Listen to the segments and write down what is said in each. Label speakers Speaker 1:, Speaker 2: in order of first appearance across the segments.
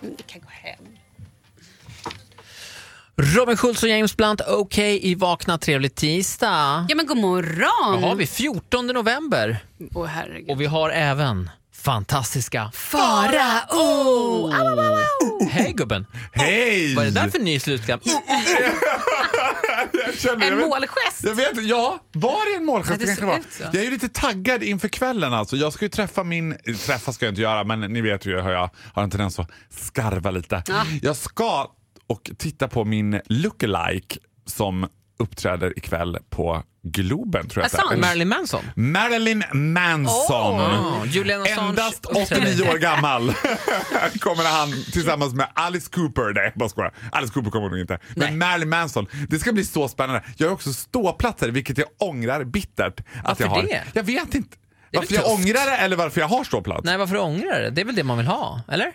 Speaker 1: Vi kan gå hem.
Speaker 2: Robin Schultz och James Blunt, okej i Vakna trevlig tisdag.
Speaker 1: Ja men god morgon!
Speaker 2: Vad har vi? 14 november.
Speaker 1: Åh herregud.
Speaker 2: Och vi har även fantastiska...
Speaker 1: Fara, oh!
Speaker 2: Hej gubben!
Speaker 3: Hej!
Speaker 2: Vad är det där typ- för ny slutkläm?
Speaker 3: Jag känner- jag
Speaker 1: En
Speaker 3: vet-
Speaker 1: målgest!
Speaker 3: Jag vet ja, var det en målgest?
Speaker 1: Ja, det
Speaker 3: Det kanske
Speaker 1: ser
Speaker 3: var.
Speaker 1: ut så.
Speaker 3: Jag är ju lite taggad inför kvällen alltså. Jag ska ju träffa min, träffa ska jag inte göra men ni vet ju hur jag har en tendens att skarva lite. Jag ska och titta på min lookalike som uppträder ikväll på Globen tror jag att det är.
Speaker 1: Assange.
Speaker 2: Marilyn Manson?
Speaker 3: Marilyn Manson.
Speaker 2: Ja, Julian Assange
Speaker 3: Endast
Speaker 2: uppträder.
Speaker 3: 89 år gammal kommer han tillsammans med Alice Cooper. Nej, jag bara skojar. Alice Cooper kommer nog inte. Men Marilyn Manson. Det ska bli så spännande. Jag har också ståplatser, vilket jag ångrar bittert. Att
Speaker 2: Varför
Speaker 3: jag har.
Speaker 2: det?
Speaker 3: Jag vet inte.
Speaker 2: är väl
Speaker 3: Varför jag
Speaker 2: tufft.
Speaker 3: ångrar det eller varför jag har ståplats?
Speaker 2: Nej, varför ångrar du det? Det är väl det man vill ha, eller?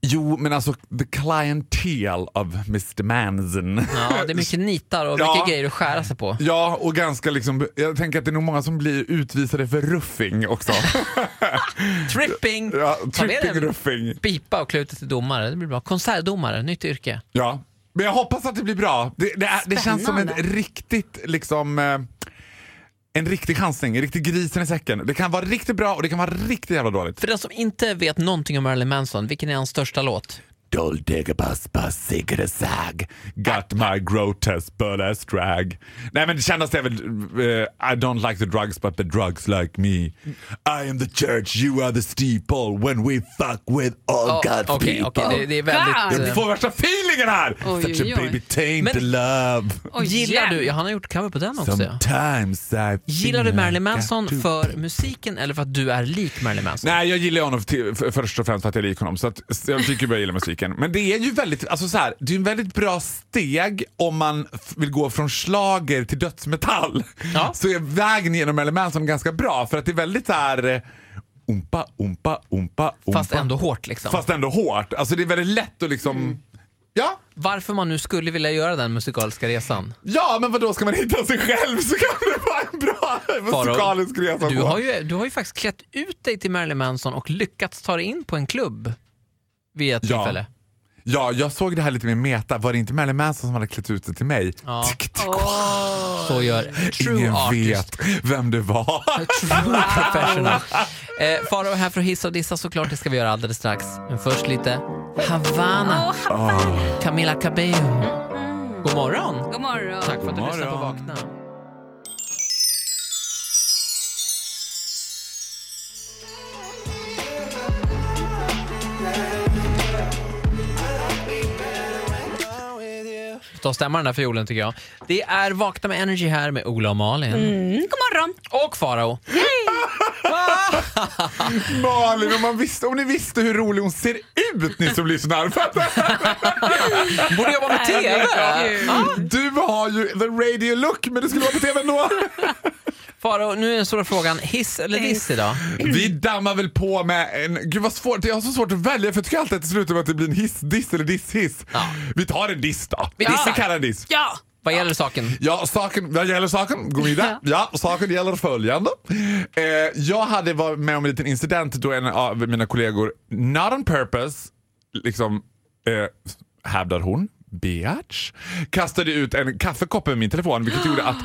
Speaker 3: Jo, men alltså the clientele of Mr Manson.
Speaker 2: Ja, det är mycket nitar och mycket
Speaker 3: Ja.
Speaker 2: grejer att skära sig på.
Speaker 3: Ja, och ganska liksom, jag tänker att det är nog många som blir utvisade för ruffing också.
Speaker 2: Tripping!
Speaker 3: ja,
Speaker 2: Ta med
Speaker 3: tripping
Speaker 2: den.
Speaker 3: ruffing.
Speaker 2: Pipa och klutet till domare, det blir bra. Konsertdomare, nytt yrke.
Speaker 3: Ja, men jag hoppas att det blir bra. Det, det, är, det känns som en
Speaker 1: Spännande.
Speaker 3: riktigt liksom... eh, En riktig chansning, en riktig grisen i säcken. Det kan vara riktigt bra och det kan vara riktigt jävla dåligt.
Speaker 2: För den som inte vet någonting om Marilyn Manson, vilken är hans största låt?
Speaker 3: Don't dig a bus bus zigzag Got my grotesque but as drag Nej men det kändes det väl... eh, I don't like the drugs but the drugs like me I am the church, you are the steeple When we fuck with all
Speaker 2: Ja,
Speaker 3: God's
Speaker 2: Oh, Okej,
Speaker 3: people
Speaker 2: okej, det, det är väldigt...
Speaker 1: God!
Speaker 2: eh,
Speaker 3: Jag får värsta feelingen här!
Speaker 1: Oj,
Speaker 3: Such
Speaker 1: oj,
Speaker 3: a
Speaker 1: oj.
Speaker 3: baby taint
Speaker 2: Men-
Speaker 3: love
Speaker 1: Oj,
Speaker 2: Gillar
Speaker 1: jävlar.
Speaker 2: du, ja, han har gjort cover på den också ja.
Speaker 3: Sometimes I
Speaker 2: Gillar du
Speaker 3: feel
Speaker 2: Marilyn
Speaker 3: like I
Speaker 2: Manson
Speaker 3: do.
Speaker 2: för musiken eller för att du är lik Marilyn Manson?
Speaker 3: Nej, jag gillar honom till, för, först och främst för att jag är lik honom. Så att, så jag fick ju börja gilla musiken. Men det är ju väldigt, alltså så här, det är ju en väldigt bra steg om man f- vill gå från slager till dödsmetall.
Speaker 2: Ja.
Speaker 3: Så är vägen genom Marilyn Manson ganska bra för att det är väldigt så här eh, umpa, umpa, umpa, umpa.
Speaker 2: Fast ändå Mm. hårt liksom.
Speaker 3: Fast ändå hårt. Alltså det är väldigt lätt att liksom, ja.
Speaker 2: Varför man nu skulle vilja göra den musikaliska resan?
Speaker 3: Ja, men vad då ska man hitta sig själv så kan det vara en bra
Speaker 2: Faro,
Speaker 3: musikalisk resa. att
Speaker 2: Du
Speaker 3: gå.
Speaker 2: har, ju, du har ju faktiskt klätt ut dig till Marilyn Manson och lyckats ta dig in på en klubb vid ett
Speaker 3: Ja.
Speaker 2: tillfälle.
Speaker 3: Ja, jag såg det här lite mer meta. Var det inte Marilyn Manson som hade klätt ut det till mig?
Speaker 2: Ja.
Speaker 3: Tick, tick.
Speaker 2: Så gör true
Speaker 3: Ingen
Speaker 2: artist.
Speaker 3: vet vem det var.
Speaker 2: True professional. Eh, Farao är här för att hissa och dissa såklart, det ska vi göra alldeles strax. Men först lite Havana,
Speaker 1: Åh, Havana.
Speaker 2: Camila Cabello. God morgon!
Speaker 1: God morgon.
Speaker 2: Tack för att du
Speaker 3: God
Speaker 2: lyssnade på
Speaker 3: morgon.
Speaker 2: Vakna. Ta och stämma den där fiolen tycker jag. Det är Vakna med Energy här med Ola och Malin.
Speaker 1: Mm, god morgon.
Speaker 2: Och Farao.
Speaker 3: Malin, om, man visste, om ni visste hur rolig hon ser ut ni som lyssnar.
Speaker 2: Borde jobba med TV.
Speaker 1: Herregud.
Speaker 3: Du har ju the radio look men du skulle vara på TV ändå.
Speaker 2: Farao, nu är den stora frågan, hiss eller diss idag?
Speaker 3: Vi dammar väl på med en... Gud vad svårt, jag har så svårt att välja för jag tycker alltid att det slutar med att det blir en hiss-diss eller diss-hiss.
Speaker 2: Ja.
Speaker 3: Vi tar en diss då.
Speaker 2: Vi dissar.
Speaker 3: Vi kallar en diss.
Speaker 1: Ja.
Speaker 2: Vad gäller saken?
Speaker 3: Ja, saken, vad gäller saken, gå vidare. Ja, saken gäller följande. Eh, jag hade varit med om en liten incident då en av mina kollegor, not on purpose, liksom, eh, hävdar hon, bitch, kastade ut en kaffekopp med min telefon vilket gjorde att